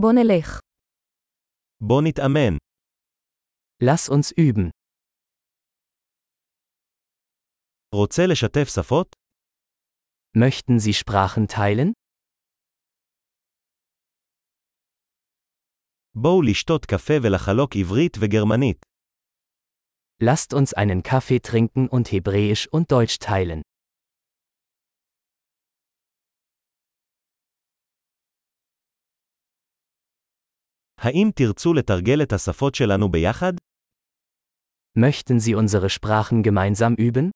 בוא נלך. בוא נתאמן. Lass uns üben. רוצה לשתף שפות? Möchten Sie Sprachen teilen? בואו לשתות קפה ולחלוק עברית וגרמנית. Lasst uns einen Kaffee trinken und Hebräisch und Deutsch teilen. האם תרצו לתרגל את השפות שלנו ביחד? Möchten Sie unsere Sprachen gemeinsam üben?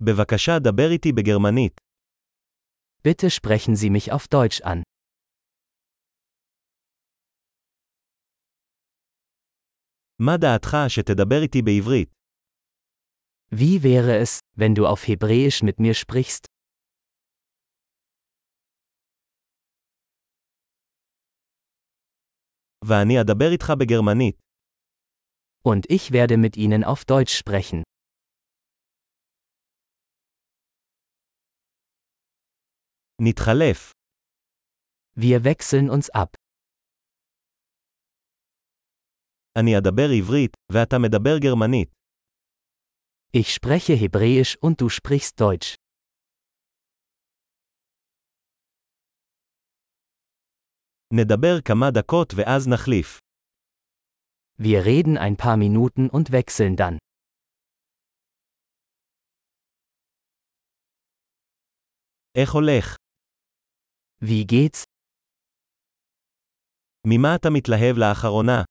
בבקשה דבר איתי בגרמנית. Bitte sprechen Sie mich auf Deutsch an. מה דעתך שתדבר איתי בעברית? Wie wäre es, wenn du auf Hebräisch mit mir sprichst? ואני אדבר איתך בגרמנית. Und ich werde mit Ihnen auf Deutsch sprechen. נתחלף. Wir wechseln uns ab. אני אדבר עברית, ואתה מדבר גרמנית. Ich spreche Hebräisch und du sprichst Deutsch. נדבר כמה דקות ואז נחליף. Wir reden ein paar Minuten und wechseln dann. איך הולך? Wie geht's? ממה אתה מתלהב לאחרונה?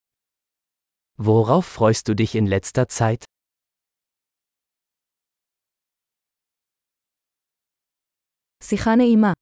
Worauf freust du dich in letzter Zeit? שיחה נעימה.